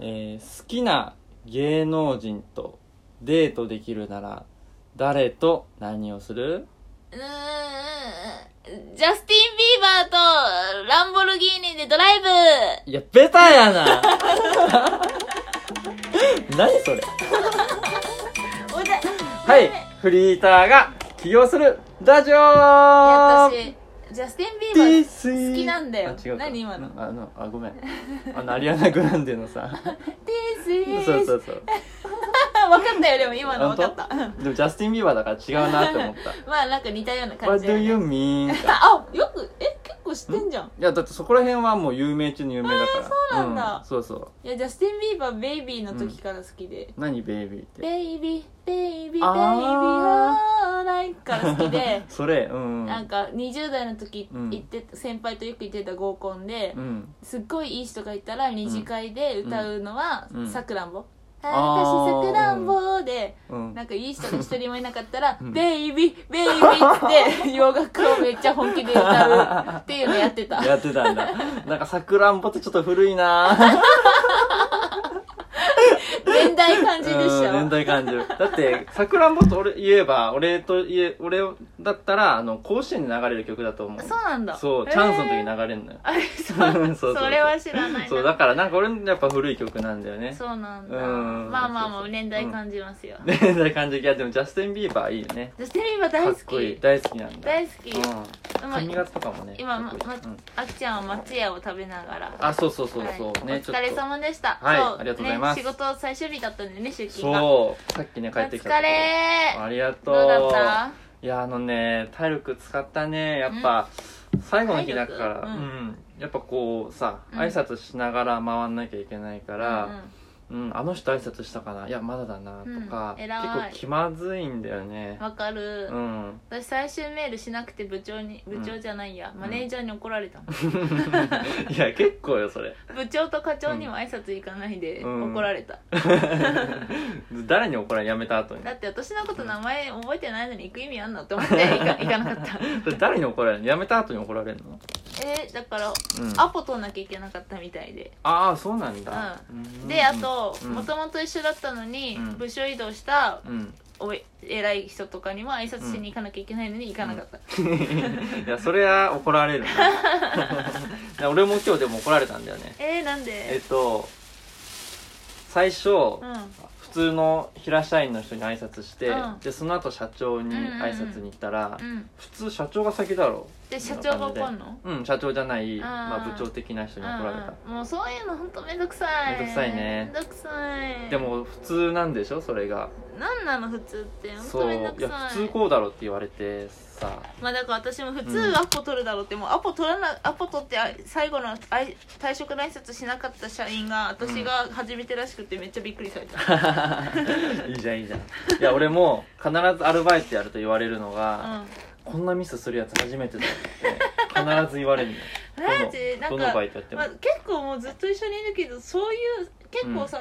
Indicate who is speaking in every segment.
Speaker 1: えー好きな芸能人とデートできるなら誰と何をする
Speaker 2: うーんジャスティン・ビーバーとランボルギーニでドライブ
Speaker 1: いやベタやな 何それ
Speaker 2: おいでやっ
Speaker 1: はいフリーターが起業するラジオ
Speaker 2: たしジャスティン・ビーバー好
Speaker 1: 好
Speaker 2: きなんだよ
Speaker 1: あ違うか
Speaker 2: 何今の
Speaker 1: あのあごめんあのアリアナ・グランデのさ
Speaker 2: This is
Speaker 1: そうそうそう
Speaker 2: 分かったよでも今の分かった
Speaker 1: 本でもジャスティン・ビーバーだから違うなって思 った
Speaker 2: まあなんか似たような感
Speaker 1: What
Speaker 2: じだよ
Speaker 1: do
Speaker 2: ね
Speaker 1: you mean? い
Speaker 2: あよくえ結構知ってんじゃん
Speaker 1: やだってそこら辺はもう有名中の有名だから
Speaker 2: あーそうなんだ
Speaker 1: そうそう
Speaker 2: いやジャスティン・ビーバーベイビーの時から好きで、
Speaker 1: 何ベイビーって
Speaker 2: ベイビーベイビーベイビー
Speaker 1: あ
Speaker 2: オーライから好きで
Speaker 1: それうん
Speaker 2: なんか20代の時
Speaker 1: うん
Speaker 2: 行って、先輩とよく行ってた合コンで、
Speaker 1: うん
Speaker 2: すっごいいい人がいたら二次会で歌うのは
Speaker 1: うん
Speaker 2: 「さくらんぼ」あ
Speaker 1: あー
Speaker 2: ー私さくらんぼ」で
Speaker 1: うん
Speaker 2: なんかいい人が一人もいなかったら「
Speaker 1: うん
Speaker 2: ベイビーベイビー」 って洋楽をめっちゃ本気で歌うっていうのやってた
Speaker 1: やってたん だなんかさくらんぼってちょっと古いな
Speaker 2: 年代感じでし
Speaker 1: うん年
Speaker 2: ょ
Speaker 1: 代感じるだってさくらんぼと俺言えば俺と言え俺だったらあの甲子園で流れる曲だと思う
Speaker 2: そうなんだ
Speaker 1: そうチャンスの時
Speaker 2: へ
Speaker 1: に
Speaker 2: ー
Speaker 1: 流れるのよ
Speaker 2: あれそう
Speaker 1: そう
Speaker 2: それは知らないな
Speaker 1: そうだからなんか俺のやっぱ古い曲なんだよね
Speaker 2: そうなんだ
Speaker 1: うん
Speaker 2: まあまあ
Speaker 1: そう
Speaker 2: ま
Speaker 1: そう
Speaker 2: あ年代感じますよ
Speaker 1: 年代感じいやでもジャスティン・ビーバーいいよね
Speaker 2: 私テレビは大
Speaker 1: か
Speaker 2: 好
Speaker 1: っこいい
Speaker 2: き
Speaker 1: 大好きなんだ
Speaker 2: 大好き
Speaker 1: うん、
Speaker 2: まあ
Speaker 1: 髪型とかもね
Speaker 2: 今
Speaker 1: か
Speaker 2: ま
Speaker 1: っこいい
Speaker 2: ま
Speaker 1: うん
Speaker 2: あきちゃんは松屋を食べながら
Speaker 1: あそうそうそうそう、
Speaker 2: はい
Speaker 1: ね
Speaker 2: お疲れ様でした
Speaker 1: はい
Speaker 2: そう
Speaker 1: ありがとうございます
Speaker 2: ね仕事最終日だったんでね出
Speaker 1: ち
Speaker 2: 勤が
Speaker 1: ょっとそうさっきね帰ってきた
Speaker 2: お疲れ
Speaker 1: ありがとう
Speaker 2: どうだった
Speaker 1: いやあのね体力使ったねやっぱ、最後の日だから、
Speaker 2: 体
Speaker 1: う
Speaker 2: 力
Speaker 1: ん
Speaker 2: う
Speaker 1: やっぱこうさ
Speaker 2: うん
Speaker 1: 挨拶しながら回んなきゃいけないか
Speaker 2: うんう
Speaker 1: ら、
Speaker 2: ん
Speaker 1: うんあの人挨拶したかないやまだだなとか、
Speaker 2: うん偉い
Speaker 1: 結構気まずいんだよね
Speaker 2: わかる
Speaker 1: うん
Speaker 2: 私最終メールしなくて部長に部長じゃないやマネージャーに怒られたもん
Speaker 1: いや結構よそれ
Speaker 2: 部長と課長にも挨拶行かないで
Speaker 1: うん
Speaker 2: 怒られた
Speaker 1: 誰に怒られやめた後に
Speaker 2: だって私のこと名前覚えてないのに行く意味あんのって思って行か行かな かった
Speaker 1: 誰に怒られるのやめた後に怒られるの、
Speaker 2: えーだから
Speaker 1: うん、
Speaker 2: アポ取んなきゃいけなかったみたいで
Speaker 1: ああそうなんだ、うん
Speaker 2: であと
Speaker 1: うん
Speaker 2: もともと一緒だったのに
Speaker 1: うん
Speaker 2: 部署移動した
Speaker 1: うん
Speaker 2: おい偉い人とかにも挨拶しに行かなきゃいけないのに行かなかった、
Speaker 1: いやそれは怒られるな 俺も今日でも怒られたんだよね
Speaker 2: えー、なん
Speaker 1: えっ
Speaker 2: で
Speaker 1: と最初、
Speaker 2: うん
Speaker 1: 普通の平社員の人に挨拶して、
Speaker 2: うん
Speaker 1: でその後社長に挨拶に行ったら、
Speaker 2: うん
Speaker 1: 普通社長が先だろ
Speaker 2: で社長が怒んの
Speaker 1: うん社長じゃない、
Speaker 2: ん
Speaker 1: まあ、部長的な人に怒られた
Speaker 2: うんもうそういうの本当めんどくさい
Speaker 1: めんどくさいね
Speaker 2: めんどくさい
Speaker 1: でも普通なんでしょそれが
Speaker 2: 何なの普通って本
Speaker 1: そ
Speaker 2: 当
Speaker 1: う
Speaker 2: めんどく
Speaker 1: い
Speaker 2: さい
Speaker 1: や普通こうだろって言われてさ
Speaker 2: まあだから私も普通アポ取るだろうって、もうアポ取らなアポ取ってあ最後のあい退職の挨拶しなかった社員が私が初めてらしくてめっちゃびっくりされ た、
Speaker 1: いいじゃんいいじゃんいや俺も必ずアルバイトやると言われるのが、
Speaker 2: うん
Speaker 1: こんなミスするやつ初めてだって必ず言われるの
Speaker 2: マジなん
Speaker 1: どのどのバイ
Speaker 2: か、
Speaker 1: トやっても、
Speaker 2: まあ、結構もうずっと一緒にいるけどそういう結構さ、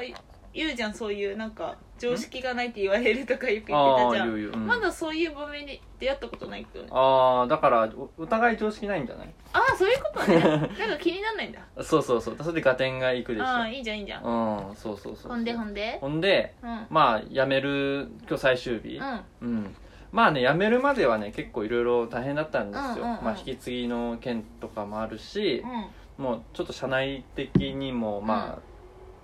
Speaker 2: 言うじゃんそういうなんか常識がないって言われるとかよく言って
Speaker 1: あ
Speaker 2: た
Speaker 1: あ
Speaker 2: じゃん、
Speaker 1: 言う言う、うん
Speaker 2: まだそういう場面に出会ったことないけどね
Speaker 1: ああだからおお互い常識ないんじゃない
Speaker 2: ああそういうことね なんか気にならないんだ
Speaker 1: そうそうそうそれで合点がいくでしょ
Speaker 2: ああいいじゃんいいじゃん
Speaker 1: うんそうそうそうそう
Speaker 2: ほんでほんで
Speaker 1: ほんで
Speaker 2: うんうん
Speaker 1: まあ辞める今日最終日う
Speaker 2: う
Speaker 1: ん、まあね辞めるまではね結構いろいろ大変だったんですよ、
Speaker 2: うんうんうん
Speaker 1: まあ引き継ぎの件とかもあるし、
Speaker 2: ん
Speaker 1: もうちょっと社内的にもま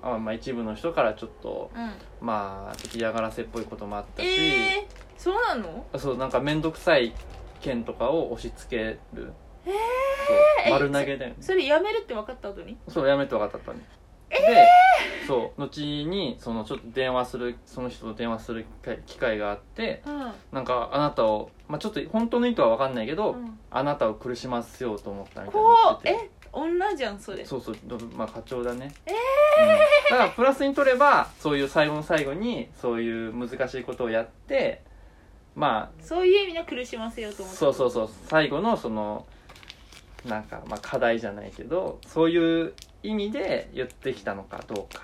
Speaker 1: あ、あまあ一部の人からちょっと
Speaker 2: うん
Speaker 1: まあ敵嫌がらせっぽいこともあったし、
Speaker 2: ええそうなの
Speaker 1: そうなんか面倒くさい件とかを押し付ける
Speaker 2: え
Speaker 1: そう
Speaker 2: え
Speaker 1: 丸投げだよね
Speaker 2: それやめるって分かった後に
Speaker 1: そうやめて分かったったねでそう後にそのちょっと電話するその人と電話する機会があって
Speaker 2: うん
Speaker 1: なんかあなたを、まあ、ちょっと本当の意図は分かんないけど、
Speaker 2: うん
Speaker 1: あなたを苦しませようと思ったみたいな言っ
Speaker 2: こう
Speaker 1: てて
Speaker 2: え女じゃんそれ
Speaker 1: そうそう、どまあ、課長だね。えだから、プラスに取れば、そういう最後の最後に、そういう難しいことをやって、ま
Speaker 2: そういう意味の苦しませよう
Speaker 1: あ、
Speaker 2: と思った
Speaker 1: そうそうそう、最後の、その、なんか、まあ、課題じゃないけど、そういう意味で言ってきたのかどうか。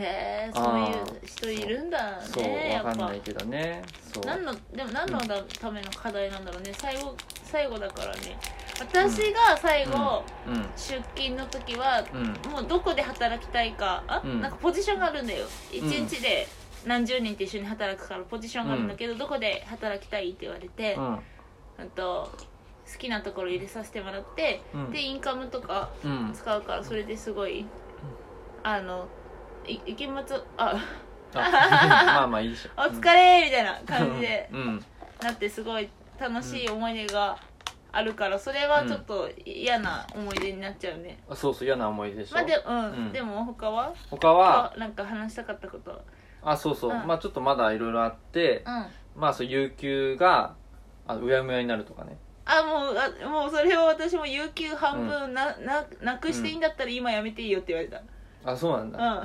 Speaker 2: ねえ
Speaker 1: あ
Speaker 2: そうい
Speaker 1: ー
Speaker 2: う人いるんだ
Speaker 1: そう、
Speaker 2: ねや
Speaker 1: わ
Speaker 2: っぱ
Speaker 1: かんないけどね。そう。
Speaker 2: 何のでも何のための課題なんだろうね最後最後だからね私が最後、
Speaker 1: うん
Speaker 2: 出勤の時は
Speaker 1: うん
Speaker 2: もうどこで働きたいかあ、
Speaker 1: うん
Speaker 2: なんかポジションがあるんだよ一
Speaker 1: うん
Speaker 2: 日で何十人と一緒に働くからポジションがあるんだけど、どこで働きたいって言われて、
Speaker 1: うん
Speaker 2: うんと好きなところ入れさせてもらって、
Speaker 1: うん
Speaker 2: でインカムとか
Speaker 1: うん
Speaker 2: 使うからそれですごいあのい池松あ
Speaker 1: あ まあまあいいでしょ
Speaker 2: お疲れみたいな感じ で
Speaker 1: うんうん
Speaker 2: なってすごい楽しい思い出があるからそれはちょっと嫌な思い出になっちゃうね、
Speaker 1: あそうそう嫌な思い出でしょ、
Speaker 2: まあで,、うん
Speaker 1: うん
Speaker 2: でも他は
Speaker 1: 他は
Speaker 2: あなんか話したかったことは
Speaker 1: あそうそう、
Speaker 2: うん
Speaker 1: まあちょっとまだいろいろあって
Speaker 2: うん
Speaker 1: まあそう有給があうやむやになるとかね
Speaker 2: あもうあもうそれを私も有給半分な,、ななくしていいんだったら今やめていいよって言われた
Speaker 1: あそうなんだ、あ
Speaker 2: う
Speaker 1: あ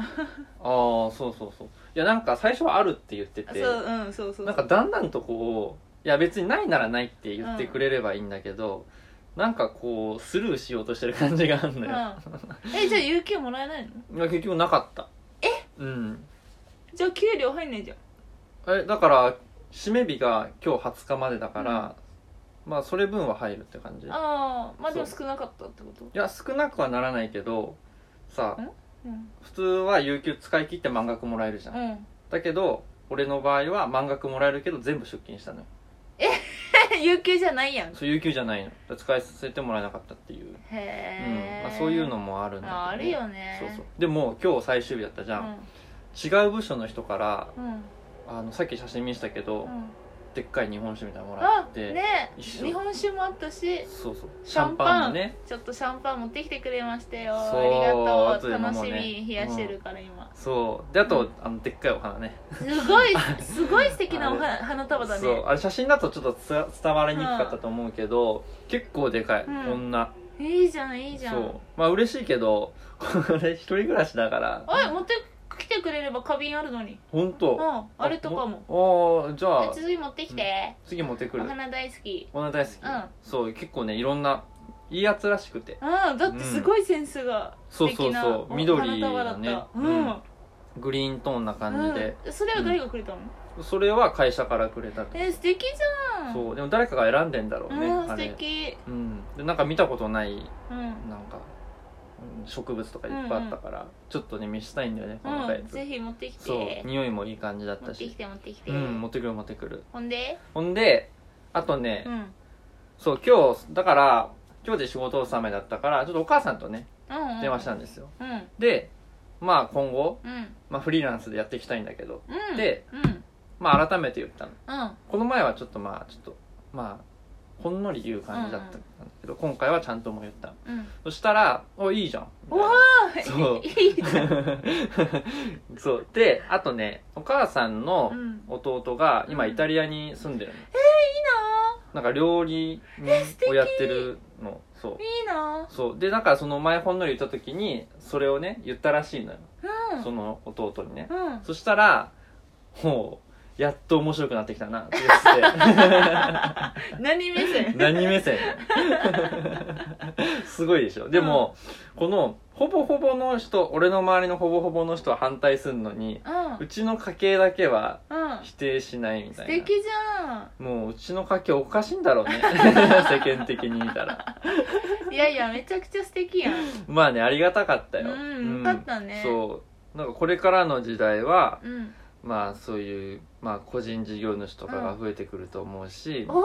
Speaker 1: ーそうそうそういやなんか最初はあるって言って
Speaker 2: ん
Speaker 1: て
Speaker 2: そううんそうそうそう
Speaker 1: なんかだんだんとこういや別にないならないって言ってくれればいいんだけど、なんかこうスルーしようとしてる感じがあるのよ、
Speaker 2: うん、えじゃあ有給もらえないの
Speaker 1: いや結局なかったえうん
Speaker 2: じゃあ給料入んないじゃん
Speaker 1: えだから締め日が今日20日までだから、まあそれ分は入るって感じい
Speaker 2: ああまあでも少なかったってこと
Speaker 1: や少なくはならないけどさ
Speaker 2: んうん、
Speaker 1: 普通は有給使い切って満額もらえるじゃん、
Speaker 2: うん、
Speaker 1: だけど俺の場合は満額もらえるけど全部出勤したのよ
Speaker 2: 有給じゃないやんへ
Speaker 1: そう有給じゃないのだから使いさせてもらえなかったっていう、
Speaker 2: え
Speaker 1: うん、まあ、そういうのもあるんだけど
Speaker 2: ああるよね
Speaker 1: そうそうでも今日最終日だったじゃん、違う部署の人から
Speaker 2: うんうん
Speaker 1: あのさっき写真見せたけど、
Speaker 2: うん
Speaker 1: でっかい日本酒みたいなのもら
Speaker 2: あ
Speaker 1: って、
Speaker 2: ね
Speaker 1: 一緒
Speaker 2: 日本酒もあったし
Speaker 1: そうそう
Speaker 2: シャンパン
Speaker 1: もね
Speaker 2: ちょっとシャンパン持ってきてくれましたよ
Speaker 1: そう
Speaker 2: あり
Speaker 1: 後で飲
Speaker 2: が
Speaker 1: も
Speaker 2: と
Speaker 1: う
Speaker 2: う
Speaker 1: ね
Speaker 2: 楽しみ冷やしてるから今、
Speaker 1: そうであと、
Speaker 2: うん
Speaker 1: あのでっかいお花ね
Speaker 2: すごいすごい素敵な お
Speaker 1: あ
Speaker 2: 花花束だね
Speaker 1: そうあれ写真だとちょっとつ伝わりにくかったと思うけど、結構でかい、
Speaker 2: うん
Speaker 1: 女
Speaker 2: いいじゃんいいじゃん
Speaker 1: そうまあ嬉しいけど これ一人暮らしだから
Speaker 2: おい持ってきてくれれば花瓶あるのに
Speaker 1: 本
Speaker 2: うん
Speaker 1: 当
Speaker 2: あれとかも
Speaker 1: もああじゃ
Speaker 2: え
Speaker 1: あ
Speaker 2: 次持ってきて、
Speaker 1: 次持ってく
Speaker 2: お
Speaker 1: る
Speaker 2: 花大好き
Speaker 1: お花大好き、
Speaker 2: うん
Speaker 1: そう結構ねいろんないいやつらしくて
Speaker 2: うんだってすごいセンスが
Speaker 1: そう
Speaker 2: 素
Speaker 1: そう
Speaker 2: 敵な
Speaker 1: そう
Speaker 2: お
Speaker 1: 緑
Speaker 2: 花束だ
Speaker 1: の
Speaker 2: った
Speaker 1: ね、
Speaker 2: うん、
Speaker 1: グリーントーンな感じで、
Speaker 2: うんそれは誰がくれたの、
Speaker 1: それは会社からくれたと、
Speaker 2: え素敵じゃんう、
Speaker 1: そうでも誰かが選んでんだろうね、
Speaker 2: ん、素
Speaker 1: あれ
Speaker 2: 敵
Speaker 1: うんでなんか見たことない
Speaker 2: うん、
Speaker 1: なんかうん植物とかいっぱいあったから、ちょっとね見したいんだよね細かいや
Speaker 2: うん、
Speaker 1: つ、
Speaker 2: ぜひ持ってきて
Speaker 1: そう匂いもいい感じだっ
Speaker 2: 持
Speaker 1: た
Speaker 2: ってき
Speaker 1: して
Speaker 2: 持ってきて、
Speaker 1: うん持ってくる持ってくる
Speaker 2: ほんで
Speaker 1: ほんであとね、
Speaker 2: うんうん
Speaker 1: そう今日だから今日で仕事納めだったからちょっとお母さんとね
Speaker 2: うん
Speaker 1: 電話したんですよ、
Speaker 2: うん
Speaker 1: でまあ今後、
Speaker 2: うん
Speaker 1: まあ、フリーランスでやっていきたいんだけど
Speaker 2: うん
Speaker 1: で
Speaker 2: うん
Speaker 1: まあ改めて言ったの
Speaker 2: うん
Speaker 1: この前はちょっとまあちょっとまあほんのり言う感じだったんだけど、今回はちゃんとも言った
Speaker 2: うん
Speaker 1: そしたら「おいいじゃん」みた
Speaker 2: お
Speaker 1: いな
Speaker 2: わ
Speaker 1: そう
Speaker 2: ー いいじゃ ん
Speaker 1: そうであとねお母さんの
Speaker 2: うんいい
Speaker 1: 弟が今
Speaker 2: うん
Speaker 1: イタリアに住んでるの、
Speaker 2: な
Speaker 1: なんか料理
Speaker 2: 素敵
Speaker 1: をやってるのそう
Speaker 2: ーいいな
Speaker 1: そうでだからその前ほんのり言った時にそれをね言ったらしいのよ、
Speaker 2: ー
Speaker 1: その弟にね
Speaker 2: う、んうん
Speaker 1: そしたらもうやっと面白くなってきたなって言って
Speaker 2: 何 目線
Speaker 1: 何目線すごいでしょでも、このほぼほぼの人俺の周りのほぼほぼの人は反対するのに
Speaker 2: うん
Speaker 1: うちの家系だけは
Speaker 2: うん
Speaker 1: 否定しないみた
Speaker 2: 素
Speaker 1: いな
Speaker 2: 敵じゃ
Speaker 1: もううちの家系おかしいんだろう ね世間的に見たら
Speaker 2: んいやいやめちゃくちゃ素敵やん
Speaker 1: まあねありがたかったよ
Speaker 2: うんよかったね
Speaker 1: そうなんかこれからの時代は
Speaker 2: うん
Speaker 1: まあそういう、まあ、個人事業主とかが増えてくると思うし、みたいな
Speaker 2: お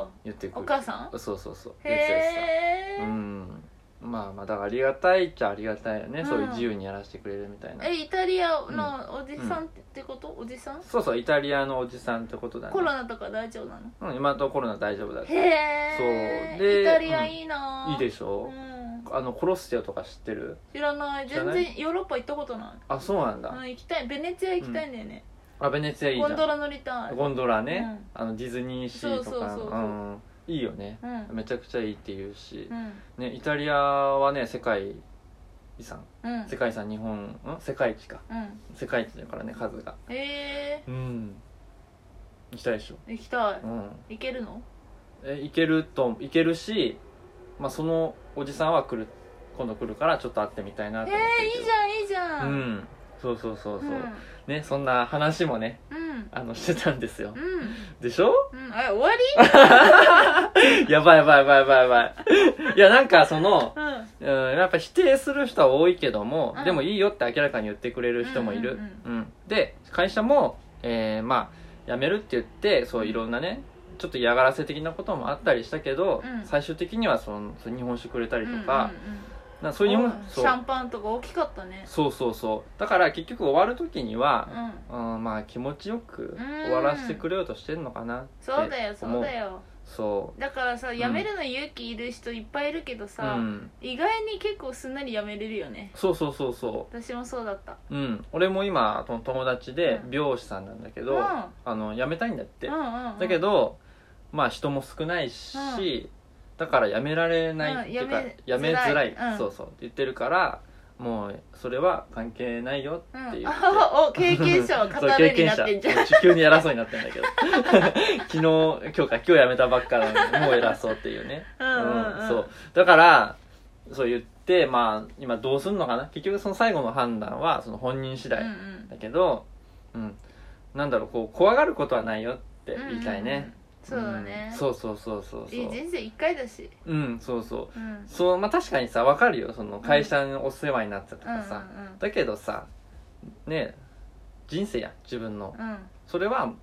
Speaker 2: お
Speaker 1: 言ってくる
Speaker 2: お母さん
Speaker 1: そうそうそう
Speaker 2: へ
Speaker 1: 言ってた言って
Speaker 2: え
Speaker 1: たうんまあまあだからありがたいっちゃありがたいよね、
Speaker 2: うん
Speaker 1: そういう自由にやらせてくれるみたいな
Speaker 2: えイタリアのおじさんってこと、おじさん
Speaker 1: そうそうイタリアのおじさんってことだね
Speaker 2: コロナとか大丈夫なの
Speaker 1: うん、今のところコロナ大丈夫だって
Speaker 2: へえ
Speaker 1: そうで
Speaker 2: イタリアいいな、
Speaker 1: いいで
Speaker 2: し
Speaker 1: しょ、
Speaker 2: うん、
Speaker 1: あのコロッセオとか知ってる
Speaker 2: 知らない
Speaker 1: 知ら
Speaker 2: 全
Speaker 1: ない
Speaker 2: 然ヨーロッパ行ったことな
Speaker 1: あそうなんだ、
Speaker 2: い、うん、行きたいベネチア行きたいんだよね、
Speaker 1: あベネツィアいいじゃ
Speaker 2: ゴ
Speaker 1: ん
Speaker 2: ンドラ乗りたい
Speaker 1: ゴンドラね、あのディズニーシーとか、
Speaker 2: そうそうそうそうん
Speaker 1: いいよね
Speaker 2: うん
Speaker 1: めちゃくちゃいいって言うし
Speaker 2: う、ん
Speaker 1: ね、イタリアはね世界遺産
Speaker 2: うん
Speaker 1: 世界遺産日本ん世界一か
Speaker 2: うん
Speaker 1: 世界一だからね数が
Speaker 2: え
Speaker 1: うん行きたいでしょ、
Speaker 2: ー、行きたい
Speaker 1: うん、
Speaker 2: 行けるの
Speaker 1: え行けると行けるし、まあ、そのおじさんは来る今度来るからちょっと会ってみたいな
Speaker 2: え
Speaker 1: と
Speaker 2: ー、
Speaker 1: 思ってる
Speaker 2: いいじゃんいいじゃ
Speaker 1: うんんそうそうそうそう、ねそんな話もね
Speaker 2: うん、うんうん
Speaker 1: あのしてたんですよ
Speaker 2: うん
Speaker 1: でしょ
Speaker 2: うんあ終わり
Speaker 1: やばいやばいやばいやばいやばいいやなんかその
Speaker 2: うん
Speaker 1: うんやっぱ否定する人は多いけども、
Speaker 2: うん
Speaker 1: でもいいよって明らかに言ってくれる人もいる、
Speaker 2: う
Speaker 1: うんで会社も、えーまあ辞めるって言ってそういろんなねちょっと嫌がらせ的なこともあったりしたけど、
Speaker 2: うん
Speaker 1: 最終的にはそのその日本酒くれたりとか,、
Speaker 2: うんうんうん
Speaker 1: なんかそういう日本
Speaker 2: あシ
Speaker 1: そう
Speaker 2: ャンパンとか大きかったね
Speaker 1: そうそうそうだから結局終わる時には
Speaker 2: う、ん
Speaker 1: うんまあ気持ちよく
Speaker 2: うん
Speaker 1: 終わらせてくれようとしてんのかなって
Speaker 2: そうだよ
Speaker 1: 思
Speaker 2: そうだよ
Speaker 1: そ
Speaker 2: だからさ
Speaker 1: ん
Speaker 2: 辞めるの勇気いる人いっぱいいるけど
Speaker 1: う、う
Speaker 2: さ、
Speaker 1: ん、
Speaker 2: 意外に結構すんなり辞めれるよね
Speaker 1: そうそうそうそ
Speaker 2: 私もそうだった
Speaker 1: ううん俺も今と友達で
Speaker 2: うん
Speaker 1: 美容師さんなんだけど、
Speaker 2: うん
Speaker 1: あの辞めたいんだって、
Speaker 2: うんうんうん
Speaker 1: だけどまあ人も少ないし、
Speaker 2: う
Speaker 1: だから辞められないっていうか、
Speaker 2: うん
Speaker 1: 辞
Speaker 2: 辞
Speaker 1: め
Speaker 2: め
Speaker 1: づ
Speaker 2: づ
Speaker 1: ら
Speaker 2: ら
Speaker 1: い
Speaker 2: いうん
Speaker 1: そうそうって言ってるからもうそれは関係ないよ
Speaker 2: う
Speaker 1: ってい
Speaker 2: ん、
Speaker 1: う、
Speaker 2: あお経験者は
Speaker 1: そう
Speaker 2: 語
Speaker 1: 経
Speaker 2: るに
Speaker 1: 験
Speaker 2: なっ
Speaker 1: 者
Speaker 2: てんじゃん
Speaker 1: 急に偉そうになってんだけど 昨日今日か今日辞めたばっかなのにもう偉そうっていうね
Speaker 2: うんうんうん
Speaker 1: そうだからそう言ってまあ今どうすんのかな結局その最後の判断はその本人次第
Speaker 2: うん
Speaker 1: だけど、うんなんだろうこう怖がることはないよって
Speaker 2: うん
Speaker 1: 言いたいね、
Speaker 2: うんそうだね、
Speaker 1: んそうそうそうそうそう
Speaker 2: いい人生一回だし
Speaker 1: うんそうそう
Speaker 2: うんうん
Speaker 1: そうまあ確かにさわかるよその会社にお世話になったと
Speaker 2: うん
Speaker 1: かさ、だけどさね人生や自分の
Speaker 2: うんうん
Speaker 1: それは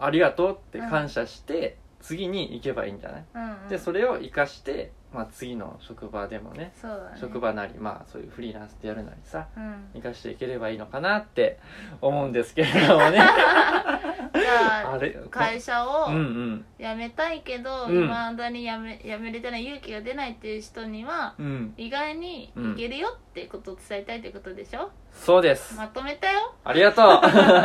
Speaker 1: ありがとうって感謝して、次に行けばいいんじゃない、
Speaker 2: うんうん
Speaker 1: でそれを生かして、まあ、次の職場でもね
Speaker 2: そうだね
Speaker 1: 職場なりまあそういうフリーランスでやるなりさ
Speaker 2: うん
Speaker 1: 生かしていければいいのかなって思うんですけれどもね
Speaker 2: じ ゃ
Speaker 1: あ
Speaker 2: あ
Speaker 1: れ
Speaker 2: 会社を
Speaker 1: うんうん
Speaker 2: 辞めたいけど、
Speaker 1: うん
Speaker 2: 未だに辞め辞めれてない勇気が出ないっていう人には
Speaker 1: うん
Speaker 2: 意外にいけるよってことを伝えたいってことでしょ、
Speaker 1: そうです、
Speaker 2: まとめたよ
Speaker 1: ありがとう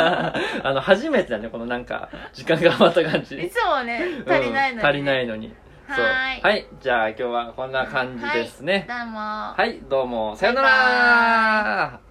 Speaker 1: あの初めてだねこのなんか時間が余った感じ
Speaker 2: いつもね足りないのにね、
Speaker 1: うん足りないのに
Speaker 2: は
Speaker 1: そう
Speaker 2: ーい
Speaker 1: はいじゃあ今日はこんな感じですね、
Speaker 2: どうも
Speaker 1: はい、どうも、さよな
Speaker 2: バイ
Speaker 1: ら